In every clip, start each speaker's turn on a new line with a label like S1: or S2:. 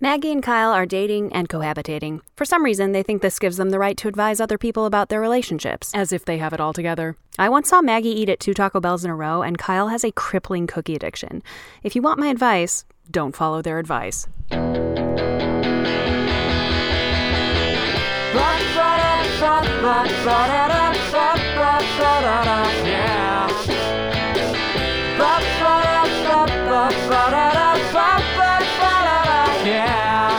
S1: Maggie and Kyle are dating and cohabitating. For some reason, they think this gives them the right to advise other people about their relationships, as if they have it all together. I once saw Maggie eat at two Taco Bells in a row, and Kyle has a crippling cookie addiction. If you want my advice, don't follow their advice.
S2: Yeah.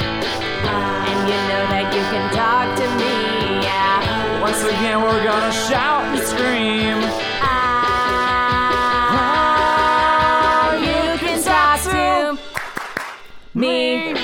S3: And you know that you can talk to me, yeah.
S2: Once again, we're gonna shout and scream.
S3: Ah,
S2: Ah,
S3: you can talk to me.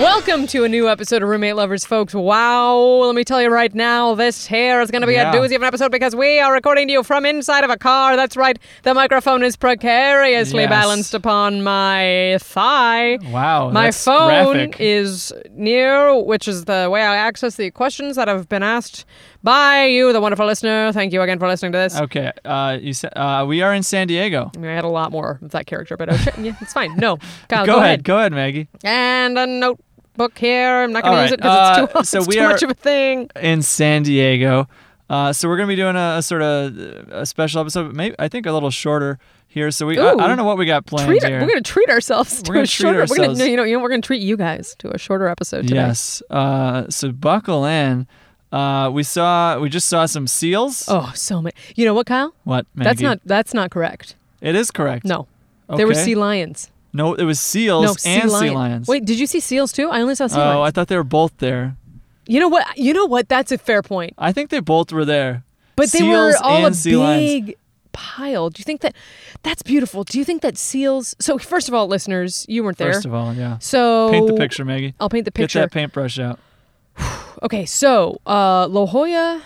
S4: Welcome to a new episode of Roommate Lovers, folks. Wow, let me tell you right now, this here is going to be
S2: Yeah.
S4: a doozy of an episode because we are recording to you from inside of a car. That's right, the microphone is precariously
S2: Yes.
S4: balanced upon my thigh.
S2: Wow,
S4: My
S2: that's
S4: phone
S2: graphic.
S4: is near, which is the way I access the questions that have been asked by you, the wonderful listener. Thank you again for listening to this.
S2: Okay, uh, you said uh, we are in San Diego.
S4: I mean, I had a lot more of that character, but okay, yeah, it's fine. No, Kyle,
S2: go, ahead, go ahead, Maggie.
S4: and a notebook here. I'm not going
S2: All
S4: to use
S2: right,
S4: it because it's
S2: uh,
S4: too, it's
S2: so we
S4: too
S2: are-
S4: much of a thing.
S2: in San Diego. Uh, so we're gonna be doing a, a sort of a special episode, maybe I think a little shorter here. So we I,
S4: Ooh.
S2: I don't know what we got planned
S4: Treat,
S2: here.
S4: we're going to treat ourselves to
S2: We're gonna
S4: a
S2: treat
S4: shorter. We're going
S2: ourselves.
S4: to you know, you know we're going to treat you guys to a shorter episode today.
S2: yes. Uh, so buckle in. Uh, we saw we just saw some seals.
S4: Oh, so many. You know what, Kyle?
S2: What? Maggie?
S4: That's not that's not correct.
S2: It is correct.
S4: No, they were
S2: Okay.
S4: sea lions.
S2: No, it was seals
S4: No, sea
S2: and
S4: lion.
S2: sea lions.
S4: Wait, did you see seals too? I only saw sea
S2: Oh, I
S4: lions.
S2: thought they were both there.
S4: you know what? You know what? That's a fair point.
S2: I think they both were there.
S4: But they
S2: Seals
S4: were all a
S2: and sea lions.
S4: big pile. Do you think that that's beautiful? Do you think that seals? So first of all, listeners, you weren't there.
S2: First of all, yeah.
S4: so
S2: Paint the picture, Maggie.
S4: I'll paint the picture.
S2: Get that paintbrush out.
S4: Okay, so uh, La Jolla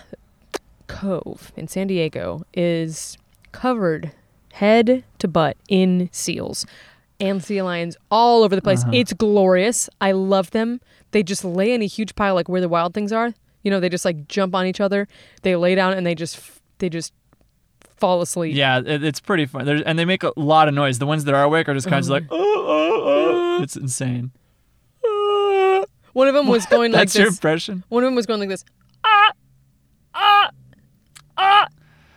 S4: Cove in San Diego is covered head to butt in seals and sea lions all over the place.
S2: Uh-huh.
S4: It's glorious. I love them. They just lay in a huge pile, like where the wild things are. You know, they just like jump on each other. They lay down and they just they just fall asleep.
S2: Yeah, it, it's pretty fun. There's, and they make a lot of noise. The ones that are awake are just kind of like,
S4: Mm-hmm.
S2: oh, oh, oh. It's insane.
S4: One of them was going like
S2: That's your
S4: this.
S2: impression?
S4: One of them was going like this. Ah, ah, ah.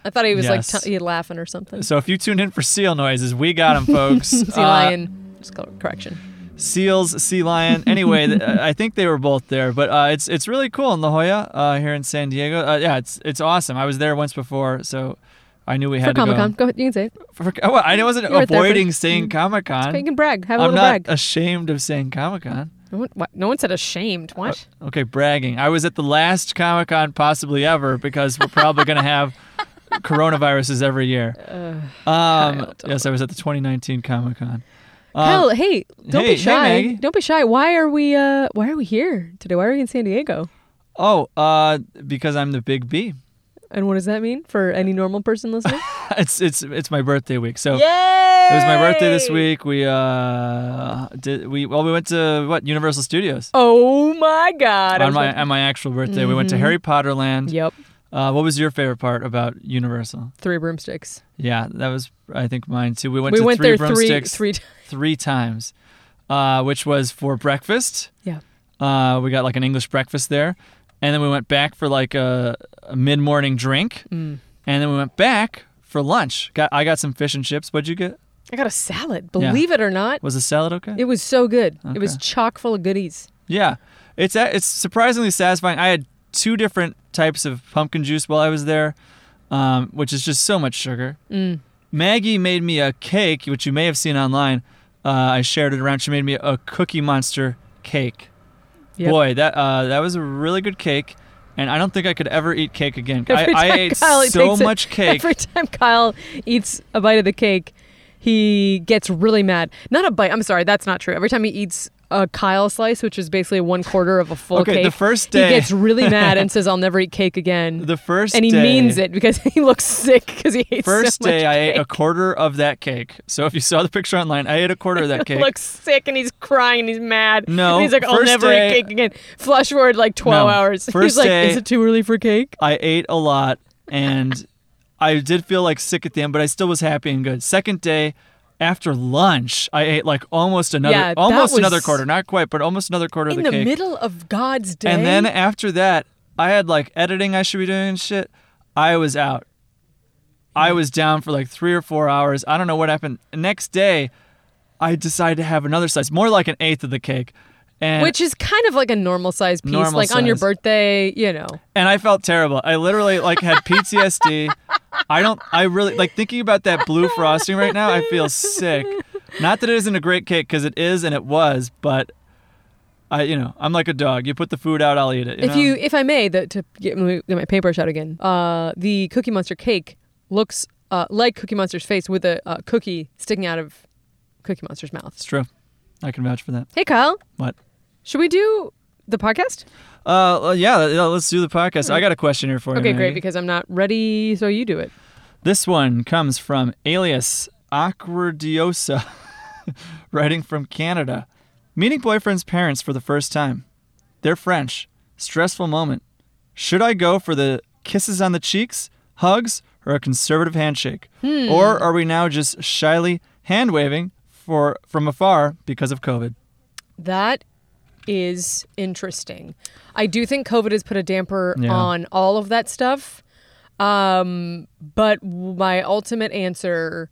S4: I thought he was
S2: Yes.
S4: like t- he laughing or something.
S2: So if you tuned in for seal noises, we got them, folks.
S4: Sea
S2: Uh,
S4: lion. Just cor- correction.
S2: seals, sea lion. Anyway, th- I think they were both there, but uh, it's it's really cool in La Jolla uh, here in San Diego. Uh, yeah, it's it's awesome. I was there once before, so I knew we
S4: For
S2: had to
S4: Comic Con,
S2: go.
S4: go ahead. You can say it.
S2: For, oh, I wasn't
S4: You were there for- Mm-hmm.
S2: avoiding saying Comic
S4: Okay, you
S2: Con.
S4: can brag. Have a
S2: I'm
S4: little
S2: not
S4: brag.
S2: ashamed of saying Comic Con.
S4: no, one, what, no one said ashamed. What?
S2: Okay, bragging. I was at the last Comic Con possibly ever because we're probably going to have coronaviruses every year. um,
S4: don't.
S2: yes, I was at the 2019 Comic Con. Uh,
S4: Hell, hey, don't
S2: hey, hey,
S4: be shy.
S2: Maggie.
S4: don't be shy. Why are we? Uh, why are we here today? Why are we in San Diego?
S2: Oh, uh, because I'm the big B.
S4: And what does that mean for any normal person listening?
S2: It's it's it's my birthday week. So
S4: Yay!
S2: it was my birthday this week. We uh did we well we went to what Universal Studios
S4: Oh my God! I
S2: on
S4: was
S2: my
S4: like- Mm-hmm.
S2: on my actual birthday. We went to Harry Potter Land.
S4: yep,
S2: Uh, what was your favorite part about Universal?
S4: three broomsticks.
S2: Yeah, that was I think mine too. We went
S4: we
S2: to
S4: went
S2: three
S4: there
S2: broomsticks.
S4: three, three.
S2: three times, uh, which was for breakfast.
S4: Yeah.
S2: Uh, we got like an English breakfast there, and then we went back for like a, a mid-morning drink, and then we went back for lunch. Got I got some fish and chips. What'd you get?
S4: I got a salad.
S2: Yeah.
S4: Believe it or not,
S2: Was the salad okay?
S4: it was so good. It was
S2: Okay.
S4: chock full of goodies.
S2: yeah, it's a- it's surprisingly satisfying. I had two different types of pumpkin juice while I was there, um, which is just so much sugar.
S4: Mm.
S2: Maggie made me a cake, which you may have seen online. Uh, I shared it around. She made me a Cookie Monster cake.
S4: Yep.
S2: Boy, that uh, that was a really good cake, and I don't think I could ever eat cake again. I,
S4: Every
S2: I
S4: time
S2: ate
S4: Kyle
S2: so
S4: takes a-
S2: much cake.
S4: Every time Kyle eats a bite of the cake, he gets really mad. Not a bite. I'm sorry, that's not true. Every time he eats a Kyle slice, which is basically one quarter of a full
S2: Okay, the
S4: cake,
S2: first day-
S4: he gets really mad and says, "I'll never eat cake again."
S2: the first
S4: and he
S2: day,
S4: means it because he looks sick because he hates
S2: First
S4: so much
S2: day, I ate a
S4: cake.
S2: quarter of that cake. So if you saw the picture online, I ate a quarter of that cake.
S4: looks sick and he's crying and he's mad.
S2: No,
S4: and he's like, "I'll
S2: first
S4: never
S2: day-
S4: eat cake again." Flash forward like 12
S2: No,
S4: hours.
S2: first
S4: he's like,
S2: day-
S4: "Is it too early for cake?"
S2: I ate a lot, and I did feel like sick at the end, but I still was happy and good. Second day,
S5: after lunch, I ate like almost another,
S4: Yeah, that
S5: almost
S4: was-
S5: another quarter, not quite, but almost another quarter
S4: in
S5: of
S4: the
S5: the cake.
S4: middle eh? of God's day.
S5: And then after that, I had like editing I should be doing and shit. I was out. I was down for like three or four hours. I don't know what happened. Next day, I decided to have another slice, more like an eighth of the cake. And
S4: which is kind of like a normal size piece,
S5: Normal
S4: like on your
S5: size.
S4: birthday, you know.
S5: and I felt terrible. I literally like had PTSD. I don't. I really like thinking about that blue frosting right now. I feel sick. Not that it isn't a great cake because it is and it was, but I, you know, I'm like a dog. You put the food out, I'll eat it.
S4: if
S5: know?
S4: you, if I may, the, to get, let me get my paintbrush out again, uh, the Cookie Monster cake looks uh, like Cookie Monster's face with a uh, cookie sticking out of Cookie Monster's mouth.
S5: it's true. I can vouch for that.
S4: Hey, Kyle,
S5: What?
S4: should we do the podcast?
S5: Uh, well, yeah, yeah, let's do the podcast. I got a question here for you.
S4: Hmm. Okay, great,
S5: Maggie.
S4: because I'm not ready, so you do it.
S5: This one comes from Alias Awkwardiosa, writing from Canada. Meeting boyfriend's parents for the first time. They're French. Stressful moment. Should I go for the kisses on the cheeks, hugs, or a conservative handshake?
S4: Hmm.
S5: Or are we now just shyly hand waving for from afar because of COVID?
S4: That is interesting. I do think COVID has put a damper
S5: Yeah.
S4: on all of that stuff. Um, but w- my ultimate answer,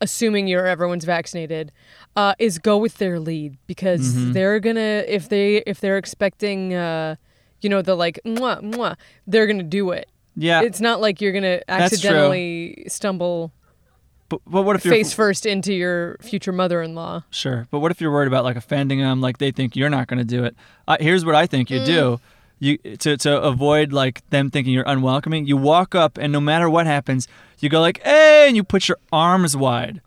S4: assuming you're everyone's vaccinated, uh, is go with their lead because
S5: Mm-hmm.
S4: they're gonna if they if they're expecting, uh, you know, the like mwah mwah, they're gonna do it.
S5: Yeah,
S4: It's not like you're gonna
S5: Uh, That's true.
S4: accidentally stumble
S5: but, but what if you're
S4: face first into your future mother-in-law.
S5: Sure, but what if you're worried about like offending them? Like they think you're not going to do it. Uh, here's what I think you
S4: Mm.
S5: do: you to to avoid like them thinking you're unwelcoming. You walk up, and no matter what happens, you go like, "Hey!" and you put your arms wide,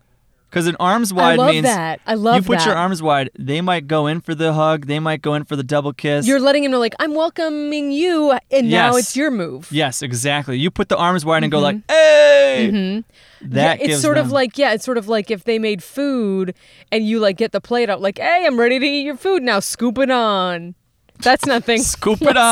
S5: because an arms wide
S4: love
S5: means
S4: that. I love
S5: you put your
S4: that.
S5: arms wide. They might go in for the hug. They might go in for the double kiss.
S4: You're letting him know, like, I'm welcoming you, and now
S5: Yes.
S4: it's your move.
S5: yes, exactly. You put the arms wide and go like, "Hey!"
S4: Mm-hmm. Yeah,
S5: That
S4: it's
S5: gives
S4: sort of
S5: them-
S4: like, yeah, it's sort of like if they made food and you, like, get the plate out, like, hey, I'm ready to eat your food now, scoop it on. That's nothing.
S5: Scoop it
S4: That's-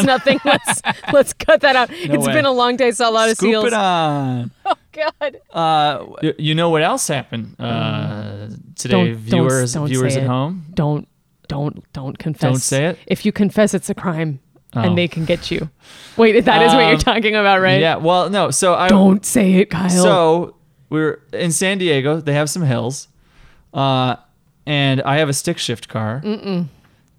S5: on.
S4: That's nothing. Let's let's cut that out. It's
S5: way.
S4: been a long day. Saw a lot of
S5: scoop
S4: seals.
S5: it on.
S4: God.
S5: Uh,
S2: Y- You know what else happened uh, today,
S4: Mm. Don't- don't-
S2: viewers,
S4: don't
S2: viewers
S4: say
S2: at
S4: it.
S2: home?
S4: Don't don't don't confess.
S2: Don't say it?
S4: If you confess, it's a crime,
S2: Oh.
S4: and they can get you. Wait, that is what you're
S5: Um,
S4: talking about, right?
S2: Yeah. Well, no. So I
S4: Don't say it, Kyle.
S2: so we were in San Diego. They have some hills, uh, and I have a stick shift car. Mm-mm.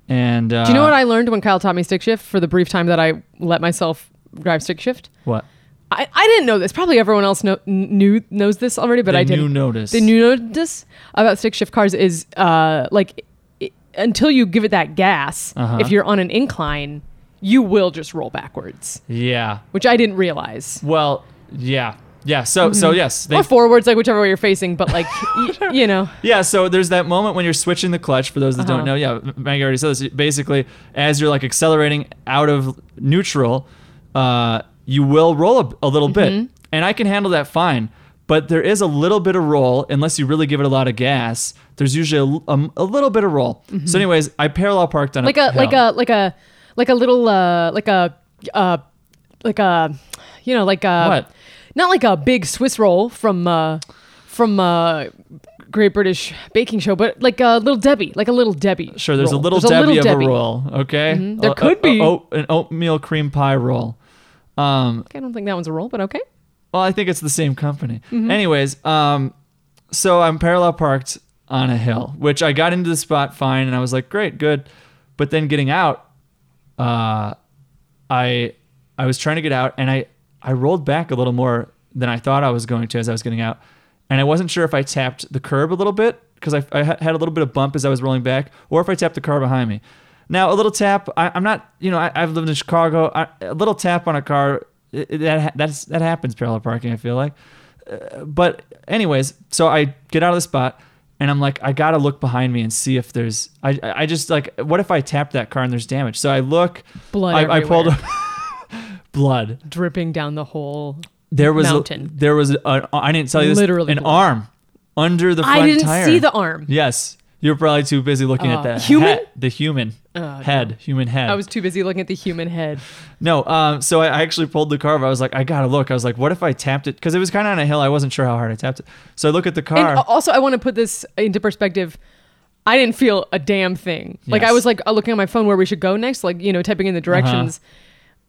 S2: And uh,
S4: Do you know what I learned when Kyle taught me stick shift for the brief time that I let myself drive stick shift?
S2: What
S4: I, I didn't know this. Probably everyone else know, knew knows this already, but
S2: the
S4: I
S2: new
S4: didn't.
S2: notice.
S4: the new notice about stick shift cars is uh, like i until you give it that gas,
S2: Uh-huh.
S4: if you're on an incline, you will just roll backwards,
S2: Yeah.
S4: which I didn't realize.
S2: Well. Yeah. Yeah. So so yes. They,
S4: or forwards, like whichever way you're facing, but like y- you know,
S2: Yeah, so there's that moment when you're switching the clutch. For those that
S4: Uh-huh.
S2: don't know, yeah, Maggie already said this. Basically, as you're like accelerating out of neutral, uh, you will roll a, a little
S4: Mm-hmm.
S2: bit, and I can handle that fine. But there is a little bit of roll unless you really give it a lot of gas. There's usually a, um, a little bit of roll. So, anyways, I parallel parked on
S4: Mm-hmm. like a
S2: hill.
S4: like a like a like a little uh, like a uh, like a you know like a
S2: What?
S4: not like a big Swiss roll from uh, from uh, Great British Baking Show, but like a little Debbie, like a little Debbie.
S2: Sure, there's
S4: roll.
S2: a little
S4: There's
S2: Debbie of a roll. Okay,
S4: Mm-hmm. There
S2: A- a-
S4: could be.
S2: a oat- an oatmeal cream pie roll. Um,
S4: Okay, I don't think that one's a roll, but okay.
S2: Well, I think it's the same company. Anyways, um, so I'm parallel parked on a hill, which I got into the spot fine, and I was like, great, good. But then getting out, uh, I I was trying to get out, and I I rolled back a little more than I thought I was going to as I was getting out, and I wasn't sure if I tapped the curb a little bit because I, I had a little bit of bump as I was rolling back, or if I tapped the car behind me. Now a little tap, I, I'm not, you know, I, I've lived in Chicago. I, a little tap on a car it- it- that ha- that's that happens parallel parking. I feel like, Uh, but anyways, so I get out of the spot. And I'm like, I gotta look behind me and see if there's. I, I just like, what if I tap that car and there's damage? So I look.
S4: Blood
S2: I, I pulled.
S4: everywhere.
S2: blood
S4: Dripping down the hole.
S2: there was
S4: Mountain.
S2: A, there was a, I didn't tell you this.
S4: Literally
S2: an
S4: blue.
S2: arm under the front
S4: I didn't
S2: tire.
S4: see the arm.
S2: Yes, you're probably too busy looking
S4: Uh,
S2: at that
S4: human?
S2: hat, the human.
S4: Oh,
S2: head, human head.
S4: I was too busy looking at the human head.
S2: No, um, so I I actually pulled the car up. I was like, I gotta look. I was like, what if I tapped it? Because it was kind of on a hill. I wasn't sure how hard I tapped it. So I look at the car.
S4: And oh, also, I want to put this into perspective. I didn't feel a damn thing. Like I
S2: Yes. Uh-huh.
S4: was like uh, looking on my phone where we should go next, like you know, typing in the directions.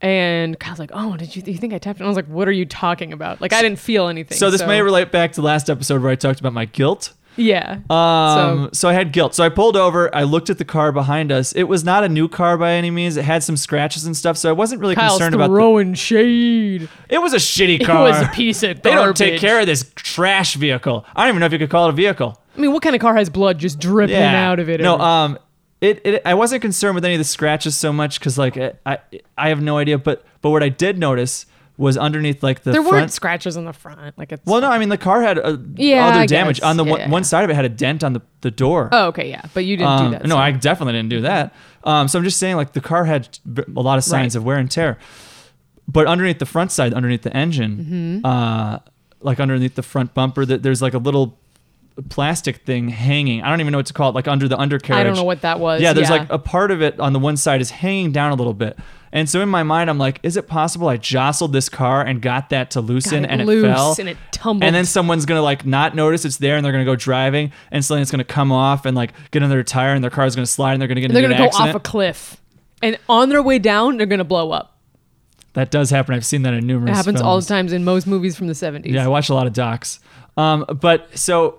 S4: And Kyle's like, "Oh, did you, you think I tapped?" it?" And I was like, "What are you talking about? Like I didn't feel anything."
S2: so this may relate back to last episode where I talked about my guilt.
S4: yeah.
S2: Um, so. I had guilt. So I pulled over. I looked at the car behind us. It was not a new car by any means. It had some scratches and stuff. So I wasn't really
S4: Kyle's
S2: concerned about. The,
S4: throwing shade.
S2: it was a shitty
S4: It
S2: car.
S4: was a piece of
S2: they
S4: garbage.
S2: don't take care of this trash vehicle. I don't even know if you could call it a vehicle.
S4: I mean, what kind of car has blood just dripping out of it?
S2: No,
S4: every-
S2: um, it, it I wasn't concerned with any of the scratches so much because like I, I I have no idea. But but what I did notice was underneath like the
S4: there
S2: front.
S4: weren't scratches on the front. Like it's
S2: well, no, I mean the car had uh
S4: Yeah, I
S2: other damage
S4: guess.
S2: on the
S4: Yeah,
S2: one,
S4: yeah, yeah.
S2: one side of it had a dent on the the door.
S4: Oh, okay, yeah, but you didn't
S2: Um,
S4: do that.
S2: No,
S4: so-
S2: I definitely didn't do that. Um, so I'm just saying, like the car had b- a lot of signs
S4: Right.
S2: of wear and tear, but underneath the front side, underneath the
S4: Mm-hmm.
S2: engine, uh, like underneath the front bumper, that there's like a little plastic thing hanging. I don't even know what to call it. Like under the undercarriage.
S4: I don't know what that was.
S2: Yeah, there's
S4: Yeah.
S2: like a part of it on the one side is hanging down a little bit. And so in my mind, I'm like, is it possible I jostled this car and got that to loosen
S4: it
S2: and
S4: loose
S2: it fell
S4: and it tumbled.
S2: And then someone's gonna like not notice it's there and they're gonna go driving and suddenly it's gonna come off and like get on their tire and their car's gonna slide and they're gonna get
S4: they're
S2: into
S4: gonna
S2: an
S4: go
S2: accident.
S4: off a cliff, and on their way down, they're gonna blow up.
S2: that does happen. I've seen that in numerous.
S4: It happens all the
S2: films.
S4: times in most movies from the 70s.
S2: Yeah, I watch a lot of docs. Um, but so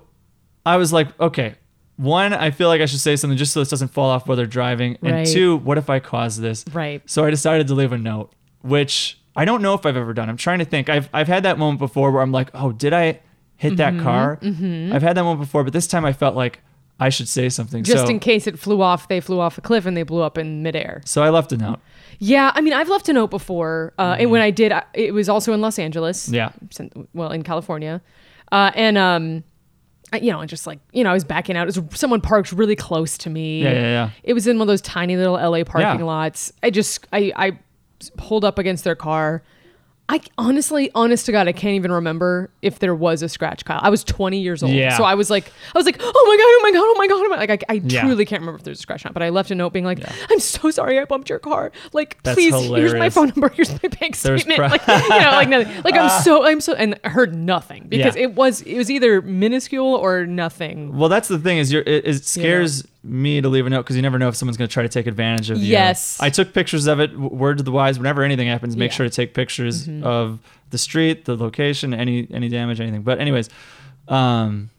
S2: I was like, okay, one, I feel like I should say something just so this doesn't fall off while they're driving. And
S4: Right.
S2: two, what if I cause this?
S4: Right.
S2: So I decided to leave a note, which I don't know if I've ever done. I'm trying to think. I've I've had that moment before where I'm like, oh, did I hit that
S4: Mm-hmm,
S2: car? I've had that moment before, but this time I felt like I should say something.
S4: Just
S2: so,
S4: in case it flew off, they flew off a cliff and they blew up in midair.
S2: So I left a note.
S4: Yeah, I mean, I've left a note before, uh, and when I did, I, it was also in Los Angeles.
S2: Mm. Yeah.
S4: Sen- well, in California, uh, and um, I, you know, I just like you know, I was backing out. It was someone parked really close to me.
S2: Yeah, yeah, yeah.
S4: It was in one of those tiny little LA parking
S2: Yeah.
S4: lots. I just, I, I pulled up against their car. I honestly, honest to God, I can't even remember if there was a scratch, Kyle. I was 20 years old,
S2: Yeah.
S4: so I was like, I was like, oh my god, oh my god, oh my god, oh my like, I, I
S2: Yeah.
S4: truly can't remember if there's a scratch or not. But I left a note being like, I'm so sorry, I bumped your car. Like,
S2: That's
S4: please, here's my
S2: hilarious.
S4: phone number, here's my bank
S2: There's
S4: statement.
S2: pro- Uh.
S4: like, you know, like nothing. Like I'm so, I'm so, and I heard nothing because
S2: Yeah.
S4: it was, it was either minuscule or nothing.
S2: Well, that's the thing is, you're, it, it scares me to leave a note because you never know if someone's going to try to take advantage of you.
S4: Yes.
S2: I took pictures of it. w- Word to the wise: whenever anything happens, make
S4: Yeah. Mm-hmm.
S2: sure to take pictures of the street, the location, any any damage, anything. But anyways, um,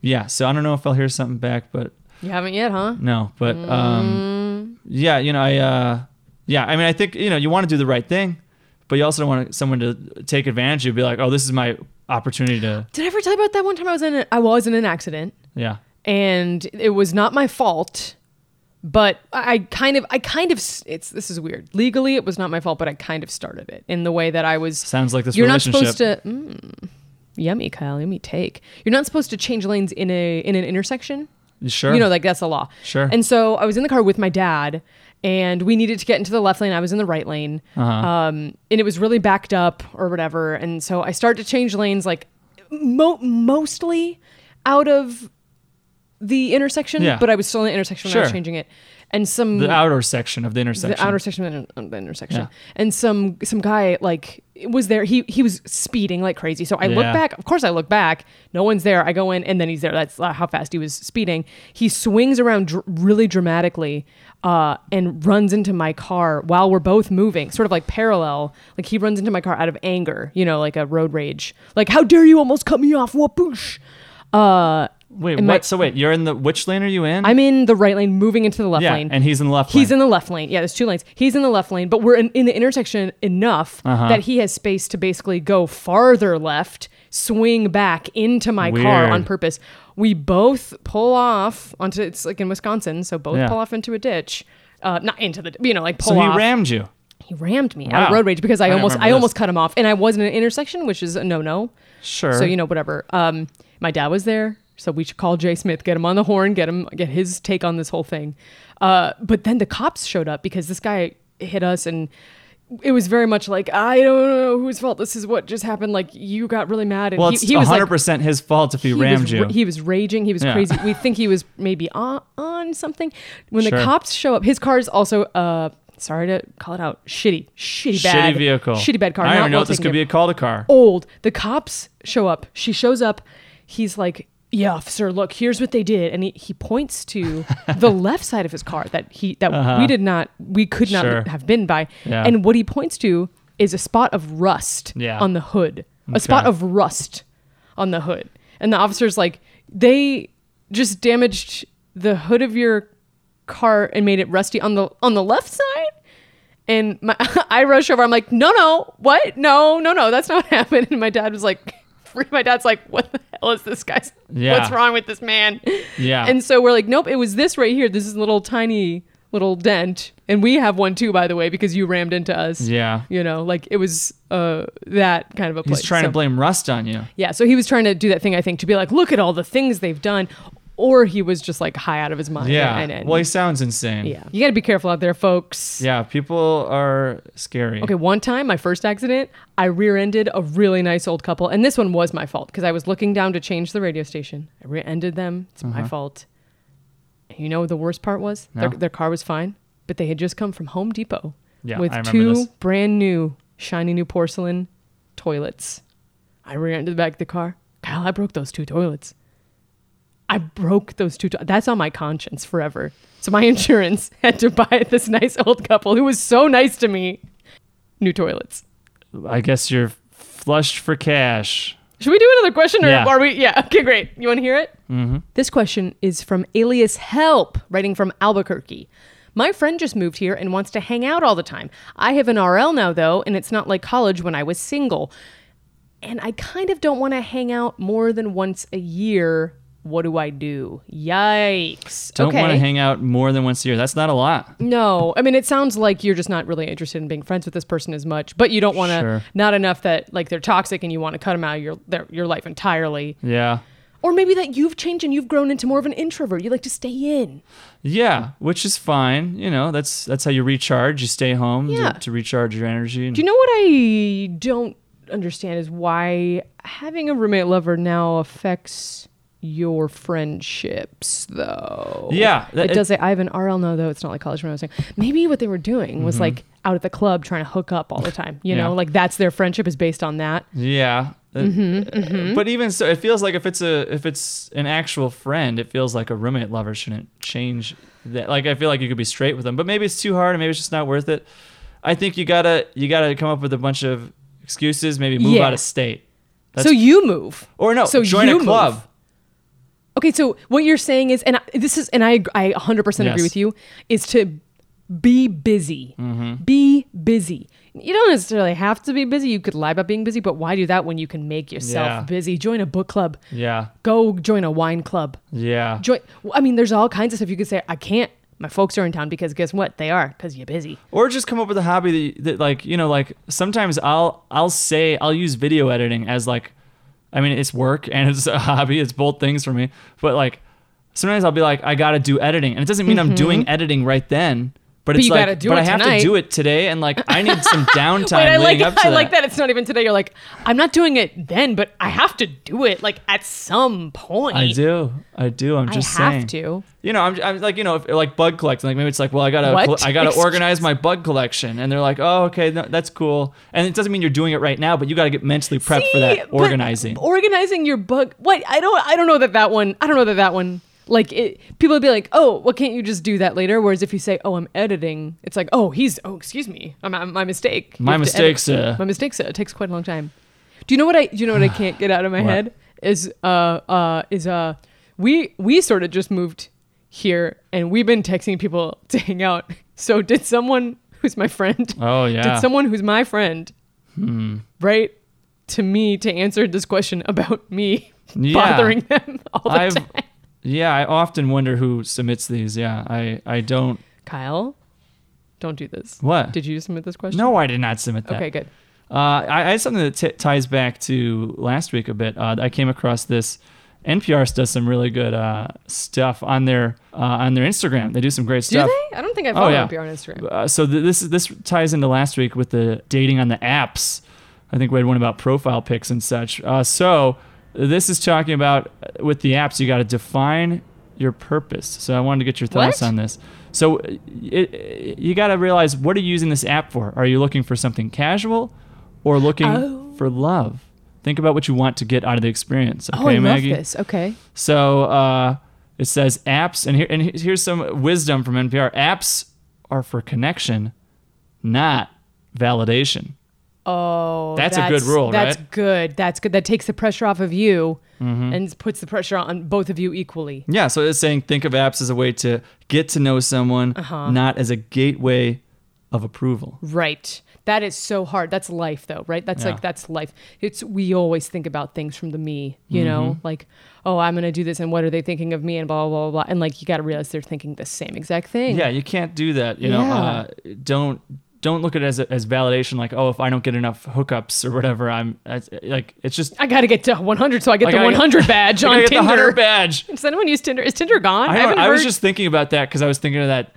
S2: yeah. So I don't know if I'll hear something back, but
S4: You haven't yet, huh?
S2: no. But um, yeah, you know, I uh, yeah. I mean, I think you know you want to do the right thing, but you also don't want someone to take advantage of you. Be like, oh, this is my opportunity to
S4: Did I ever tell you about that one time I was in, a, I was in an accident?
S2: yeah.
S4: and it was not my fault but i I kind of i kind of s- it's this is weird legally it was not my fault but i kind of started it in the way that i was
S2: Sounds like this
S4: you're not
S2: relationship.
S4: supposed to mm, yummy kyle yummy take you're not supposed to change lanes in a in an intersection
S2: sure.
S4: you know, like that's the law.
S2: Sure.
S4: And so I was in the car with my dad, and we needed to get into the left lane. I was in the right lane,
S2: Uh-huh.
S4: um, and it was really backed up or whatever. And so I started to change lanes, like mo- mostly out of the intersection,
S2: Yeah.
S4: but I was still in the intersection when I was
S2: Sure.
S4: changing it. And some
S2: the outer section of the intersection.
S4: the outer section of the- of the intersection.
S2: Yeah.
S4: And some some guy like was there. He he was speeding like crazy. So I look
S2: Yeah.
S4: back. Of course, I look back. No one's there. I go in, and then he's there. That's uh, how fast he was speeding. He swings around dr- really dramatically uh, and runs into my car while we're both moving, sort of like parallel. Like he runs into my car out of anger, you know, like a road rage. Like how dare you almost cut me off? Whoosh. Uh,
S2: Wait,
S4: And my-
S2: what? So wait, you're in the which lane are you in?
S4: I'm in the right lane, moving into the left
S2: yeah,
S4: lane.
S2: and he's in the left.
S4: He's
S2: lane.
S4: in the left lane. Yeah, there's two lanes. He's in the left lane, but we're in, in the intersection enough
S2: Uh-huh.
S4: that he has space to basically go farther left, swing back into my car
S2: Weird.
S4: on purpose. We both pull off onto it's like in Wisconsin, so both
S2: Yeah.
S4: pull off into a ditch. Uh, not into the you know like pull
S2: So he
S4: off.
S2: rammed you.
S4: he rammed me out of
S2: Wow.
S4: road rage because I,
S2: I don't
S4: almost I
S2: remember this.
S4: almost cut him off and I was in an intersection which is a no no.
S2: Sure.
S4: So you know, whatever. Um, my dad was there, so we should call Jay Smith, get him on the horn, get him, get his take on this whole thing. Uh, but then the cops showed up because this guy hit us, and it was very much like I don't know whose fault this is. What just happened? Like you got really mad, and
S2: Well,
S4: he,
S2: it's
S4: he was like
S2: 100% his fault if he,
S4: was
S2: rammed you.
S4: ra- He was raging. He was
S2: Yeah.
S4: crazy. We think he was maybe on, on something. When the
S2: Sure.
S4: cops show up, his car is also uh sorry to call it out shitty, shitty bad
S2: Shitty vehicle.
S4: shitty bad car.
S2: I
S4: not
S2: don't even know
S4: well
S2: if this
S4: taken Oh, care
S2: could be
S4: of
S2: a call to car.
S4: old. The cops show up. She shows up. He's like, "Yeah, officer, look, here's what they did." And he, he points to the left side of his car that he that we did not we could not
S2: Uh-huh. Sure.
S4: have been by.
S2: Yeah.
S4: And what he points to is a spot of rust
S2: Yeah.
S4: on the hood. A spot
S2: Okay.
S4: of rust on the hood. And the officer's like, "They just damaged the hood of your car and made it rusty on the on the left side?" And my, I rush over. I'm like, no, no, what? No, no, no, that's not what happened. And my dad was like, my dad's like, what the hell is this guy's?
S2: Yeah.
S4: What's wrong with this man?
S2: Yeah.
S4: And so we're like, nope, it was this right here. This is a little tiny little dent. And we have one too, by the way, because you rammed into us.
S2: yeah.
S4: You know, like it was uh, that kind of a place.
S2: He's trying
S4: So-
S2: to blame rust on you.
S4: Yeah. So he was trying to do that thing, I think, to be like, look at all the things they've done. Or he was just like high out of his mind.
S2: Yeah.
S4: And, and,
S2: well, he sounds insane.
S4: yeah. You got to be careful out there, folks.
S2: Yeah, people are scary.
S4: Okay, one time, my first accident, I rear ended a really nice old couple. And this one was my fault because I was looking down to change the radio station. I rear ended them. It's my fault. And you know what the worst part was? Their,
S2: No.
S4: their car was fine, but they had just come from Home Depot
S2: Yeah,
S4: with
S2: I remember
S4: two
S2: this.
S4: brand new, shiny new porcelain toilets. I rear ended the back of the car. Kyle, I broke those two toilets. I broke those two. To- That's on my conscience forever. So my insurance had to buy this nice old couple who was so nice to me new toilets.
S2: I guess you're flushed for cash.
S4: Should we do another question or
S2: Yeah.
S4: are we? Yeah. Okay, great. You want to hear it? Mm-hmm. This question is from Alias Help, writing from Albuquerque. My friend just moved here and wants to hang out all the time. I have an RL now, though, and it's not like college when I was single. And I kind of don't want to hang out more than once a year. What do I do? Yikes.
S2: Don't
S4: okay.
S2: want to hang out more than once a year. That's not a lot.
S4: No, I mean it sounds like you're just not really interested in being friends with this person as much, but you don't want to
S2: Sure.
S4: not enough that like they're toxic and you want to cut them out of your their, your life entirely,
S2: Yeah.
S4: or maybe that you've changed and you've grown into more of an introvert. You like to stay in.
S2: Yeah, which is fine. You know, that's that's how you recharge. You stay home
S4: Yeah.
S2: to, to recharge your energy. and-
S4: Do you know what I don't understand is why having a roommate lover now affects your friendships though.
S2: Yeah, that-
S4: it,
S2: it-
S4: does say I have an RL now though. It's not like college when I was saying maybe what they were doing was like out at the club trying to hook up all the time. You
S2: Mm-hmm. Yeah.
S4: know, like that's their friendship is based on that.
S2: yeah. Uh,
S4: Mm-hmm,
S2: But even so, it feels like if it's a if it's an actual friend, it feels like a roommate lover shouldn't change that. Like I feel like you could be straight with them, but maybe it's too hard, and maybe it's just not worth it. I think you gotta you gotta come up with a bunch of excuses. Maybe move
S4: Yeah.
S2: out of state,
S4: so you move.
S2: or no,
S4: So
S2: join
S4: you
S2: a
S4: move.
S2: club.
S4: Okay, so what you're saying is, and I, this is, and I, I 100% agree
S2: Yes.
S4: with you, is to be busy.
S2: Mm-hmm.
S4: Be busy. You don't necessarily have to be busy. You could lie about being busy, but why do that when you can make yourself
S2: Yeah.
S4: busy? Join a book club.
S2: Yeah,
S4: Go join a wine club.
S2: yeah.
S4: Join. I mean, there's all kinds of stuff you could say. I can't. My folks are in town because guess what? They are because you're busy.
S2: or just come up with a hobby that, you- that like you know like sometimes i'll i'll say i'll use video editing as like i mean it's work and it's a hobby it's both things for me but like sometimes i'll be like i gotta do editing and it doesn't mean i'm doing editing right then but, it's
S4: Mm-hmm. you
S2: like
S4: gotta do
S2: but
S4: it
S2: i have
S4: tonight.
S2: to do it today and like i need some downtime
S4: Wait, I like
S2: leading up to
S4: I
S2: that.
S4: like that. It's not even today. You're like, I'm not doing it then, but I have to do it like at some point.
S2: i do i do i'm
S4: I
S2: just
S4: have
S2: saying
S4: to.
S2: you know, I'm, I'm like, you know, if, like bug collecting. Like maybe it's like, well, I gotta,
S4: What?
S2: col- I gotta
S4: Excuse-
S2: organize my bug collection, and they're like, oh, okay, no, that's cool. And it doesn't mean you're doing it right now, but you gotta get mentally prepped for
S4: See,
S2: that
S4: but
S2: organizing.
S4: Organizing your bug. What I don't I don't know that that one. I don't know that that one. Like it, people would be like, "Oh, well, can't you just do that later?" Whereas if you say, "Oh, I'm editing," it's like, "Oh, he's oh, excuse me, I'm, I'm- my mistake." You
S2: My uh,
S4: have to edit.
S2: mistake, sir.
S4: My mistake, sir. It takes quite a long time. Do you know what I? Do you know what I can't get out of my
S2: What?
S4: head is uh uh is uh we we sort of just moved here and we've been texting people to hang out. So did someone who's my friend?
S2: oh yeah. Hmm.
S4: Did someone who's my friend write to me to answer this question about me
S2: Yeah.
S4: bothering them all the
S2: I've,
S4: time?
S2: yeah, I often wonder who submits these. Yeah, I, I don't.
S4: Kyle, don't do this.
S2: What?
S4: Did you submit this question?
S2: No, I did not submit that.
S4: Okay, good.
S2: Uh, I, I had something that t- ties back to last week a bit. Uh, I came across this NPR does some really good uh, stuff on their uh, on their Instagram. They do some great stuff.
S4: Do they? I don't think I follow
S2: Oh, yeah.
S4: NPR on Instagram.
S2: Uh, so th- this this ties into last week with the dating on the apps. I think we had one about profile pics and such. Uh, so this is talking about uh, with the apps, you got to define your purpose. So I wanted to get your thoughts
S4: What?
S2: on this. So uh, it, it, uh, you got to realize what are you using this app for? Are you looking for something casual, or looking
S4: Oh.
S2: for love? Think about what you want to get out of the experience. Okay,
S4: oh, I love
S2: Maggie.
S4: this. Okay.
S2: So uh, it says apps, and here and he- here's some wisdom from NPR: apps are for connection, not validation.
S4: Oh,
S2: That's a good rule,
S4: That's
S2: right? Mm-hmm.
S4: good. That's good. That takes the pressure off of you and puts the pressure on both of you equally.
S2: Yeah, so it's saying think of apps as a way to get to know someone,
S4: Uh-huh.
S2: not as a gateway of approval.
S4: Right. That is so hard. That's life, though, right? That's
S2: Yeah.
S4: like that's life. It's we always think about things from the me, you know,
S2: Mm-hmm.
S4: like oh, I'm gonna do this, and what are they thinking of me, and blah blah blah, blah. and like you got to realize they're thinking the same exact thing.
S2: Yeah, you can't do that. You know,
S4: Yeah.
S2: uh, don't don't look at it as as validation. Like, oh, if I don't get enough hookups or whatever, I'm that's- like, it's just
S4: I got to get to 100 so I get
S2: Like,
S4: the
S2: I-
S4: 100 badge
S2: I
S4: on
S2: get the
S4: Tinder.
S2: hunter badge.
S4: Does anyone use Tinder? Is Tinder gone?
S2: I,
S4: haven't
S2: don't, I was
S4: heard-
S2: just thinking about that because I was thinking of that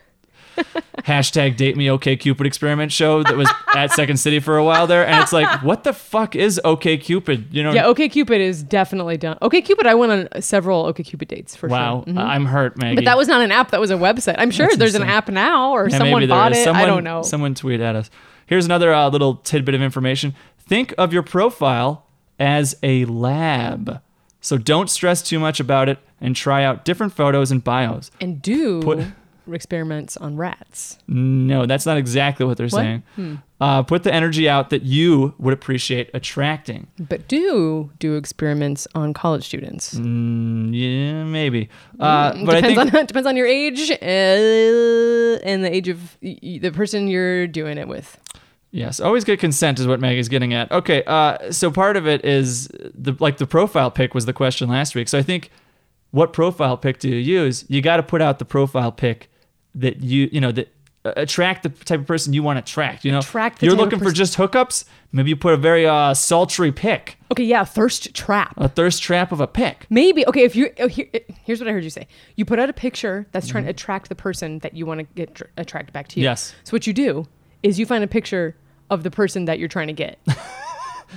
S2: hashtag date me okay cupid experiment show that was at second city for a while there and it's like what the fuck is okay cupid you know
S4: yeah. Okay, Cupid is definitely done. Okay, Cupid. I went on several Okay Cupid dates for sure.
S2: wow I- i'm hurt maggie
S4: Mm-hmm. But that was not an app. That was a website. I'm sure
S2: That's
S4: there's an
S2: insane.
S4: app now, or
S2: Yeah,
S4: someone
S2: maybe there
S4: bought
S2: is.
S4: it. I
S2: Someone-
S4: don't know.
S2: someone tweet at us here's another uh, little tidbit of information think of your profile as a lab so don't stress too much about it and try out different photos and bios
S4: and do
S2: Put-
S4: experiments on rats.
S2: No, that's not exactly what they're saying.
S4: Hmm.
S2: Uh, put the energy out that you would appreciate attracting.
S4: But do do experiments on college students.
S2: Mm, yeah, maybe. Uh, but
S4: Mm,
S2: I
S4: depends
S2: think
S4: on depends on your age uh, and the age of y- y- the person you're doing it with.
S2: yes, always get consent is what Maggie's getting at. Okay, uh, so part of it is the like the profile pic was the question last week. So I think what profile pic do you use? You got to put out the profile pic that you you know that uh, attract the type of person you want to attract. You know,
S4: Attract the
S2: you're
S4: type of
S2: looking for
S4: person-
S2: just hookups. Maybe you put a very uh, sultry pic,
S4: Okay, yeah, thirst trap.
S2: a thirst trap of a pic.
S4: Maybe okay. If you oh, here, here's what I heard you say. You put out a picture that's trying to attract the person that you want to get tr- attracted back to you.
S2: Mm-hmm. Yes.
S4: So what you do is you find a picture of the person that you're trying to get,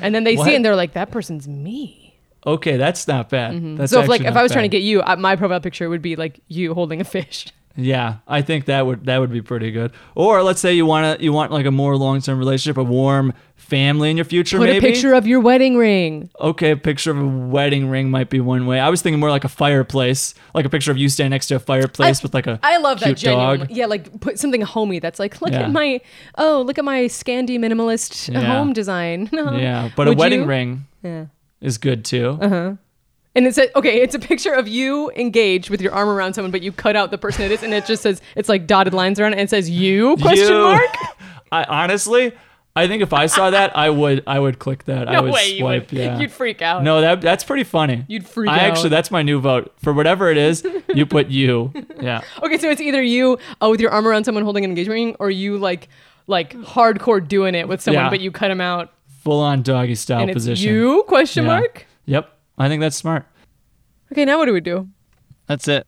S4: and then they
S2: What?
S4: see and they're like, "That person's me."
S2: Okay, that's not bad. That's
S4: Mm-hmm. so if like
S2: actually
S4: if
S2: not
S4: I was trying to
S2: bad.
S4: get you, uh, my profile picture would be like you holding a fish.
S2: yeah, I think that would that would be pretty good. Or let's say you want to you want like a more long term relationship, a warm family in your future.
S4: Put
S2: maybe
S4: a picture of your wedding ring.
S2: okay, a picture of a wedding ring might be one way. I was thinking more like a fireplace, like a picture of you standing next to a fireplace with like a
S4: I love that
S2: cute
S4: genuine.
S2: dog.
S4: Yeah, like put something homey that's like, look
S2: Yeah.
S4: at my oh, look at my Scandi minimalist
S2: Yeah.
S4: home design.
S2: Yeah, but a
S4: Would
S2: wedding
S4: you?
S2: ring
S4: Yeah. Uh-huh.
S2: is good too.
S4: And it says, okay, it's a picture of you engaged with your arm around someone, but you cut out the person it is, and it just says, it's like dotted lines around it, and it says, you? Question
S2: You-
S4: mark?
S2: I honestly, I think if I saw that, I would I would click that. I
S4: No
S2: would
S4: way you
S2: swipe.
S4: would.
S2: Yeah.
S4: You'd freak out.
S2: No, that that's pretty funny.
S4: Oh, You'd freak
S2: I
S4: out.
S2: actually that's my new vote for whatever it is. You put you. Yeah.
S4: Okay, so it's either you uh, with your arm around someone holding an engagement ring, or you like, like hardcore doing it with someone,
S2: Yeah.
S4: but you cut them out,
S2: Full on doggy style
S4: and it's
S2: position.
S4: you? Question
S2: Yeah.
S4: mark?
S2: Yep. I think that's smart.
S4: Okay, now what do we do?
S5: That's it.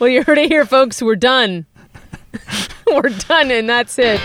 S4: Well, you heard it here, folks. We're done. We're done, and that's it.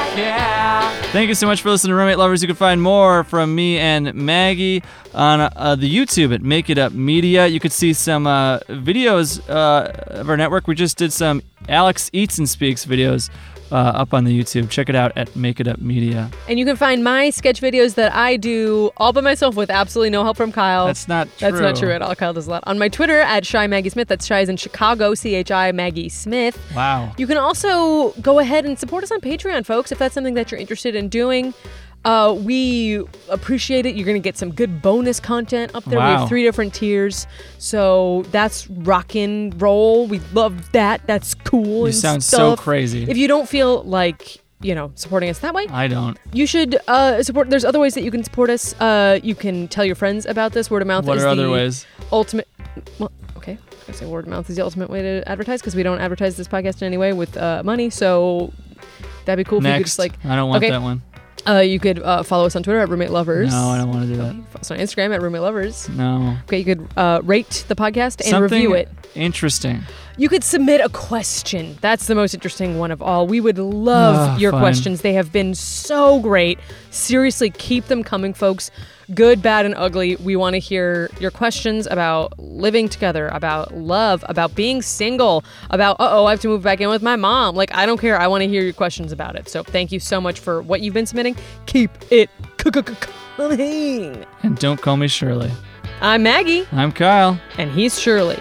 S5: Thank you so much for listening to Roommate Lovers. You can find more from me and Maggie on uh, the YouTube at Make It Up Media. You could see some uh, videos uh, of our network. We just did some Alex Eats and Speaks videos uh, up on the YouTube. Check it out at Make It Up Media.
S4: And you can find my sketch videos that I do all by myself with absolutely no help from Kyle.
S5: That's not true.
S4: That's not true at all. Kyle does a lot. On my Twitter at Shy Maggie Smith. That's Shy is in Chicago, C H I Maggie Smith.
S5: Wow.
S4: You can also go ahead and support us on Patreon, folks, if that's something that you're interested in doing. Uh, we appreciate it. You're going to get some good bonus content up there. We
S5: Wow.
S4: have three different tiers. So that's rock and roll. We love that. That's cool.
S5: You
S4: and
S5: sound so
S4: stuff.
S5: crazy.
S4: If you don't feel like, you know, supporting us that way,
S5: I don't.
S4: you should uh, support. There's other ways that you can support us. Uh, you can tell your friends about this. Word of mouth
S5: What
S4: is
S5: are other
S4: the
S5: ways?
S4: ultimate. Well, okay. I say word of mouth is the ultimate way to advertise because we don't advertise this podcast in any way with uh, money. So that'd be cool if you could
S5: Next.
S4: just like
S5: I don't want
S4: okay.
S5: that one.
S4: uh, you could uh, follow us on Twitter at roommate lovers.
S5: No, I don't want to do that.
S4: Follow us on Instagram at roommate lovers.
S5: No.
S4: Okay, you could uh, rate the podcast and
S5: Something
S4: review it.
S5: Interesting.
S4: You could submit a question. That's the most interesting one of all. We would love
S5: Ah,
S4: your
S5: fine.
S4: questions. They have been so great. Seriously, keep them coming, folks. Good, bad, and ugly. We want to hear your questions about living together, about love, about being single, about, uh oh, I have to move back in with my mom. Like, I don't care. I want to hear your questions about it. So, thank you so much for what you've been submitting. Keep it c- c- c- coming.
S5: And don't call me Shirley.
S4: I'm Maggie,
S5: I'm Kyle.
S4: and he's Shirley.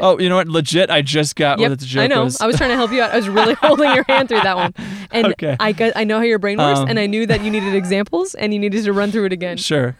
S5: Oh, you know what? Legit, I just got
S4: Yep,
S5: what the joke
S4: I know.
S5: was.
S4: I was trying to help you out. I was really holding your hand through that one. And
S5: Okay.
S4: I got, I know how your brain works,
S5: Um,
S4: and I knew that you needed examples, and you needed to run through it again.
S5: sure.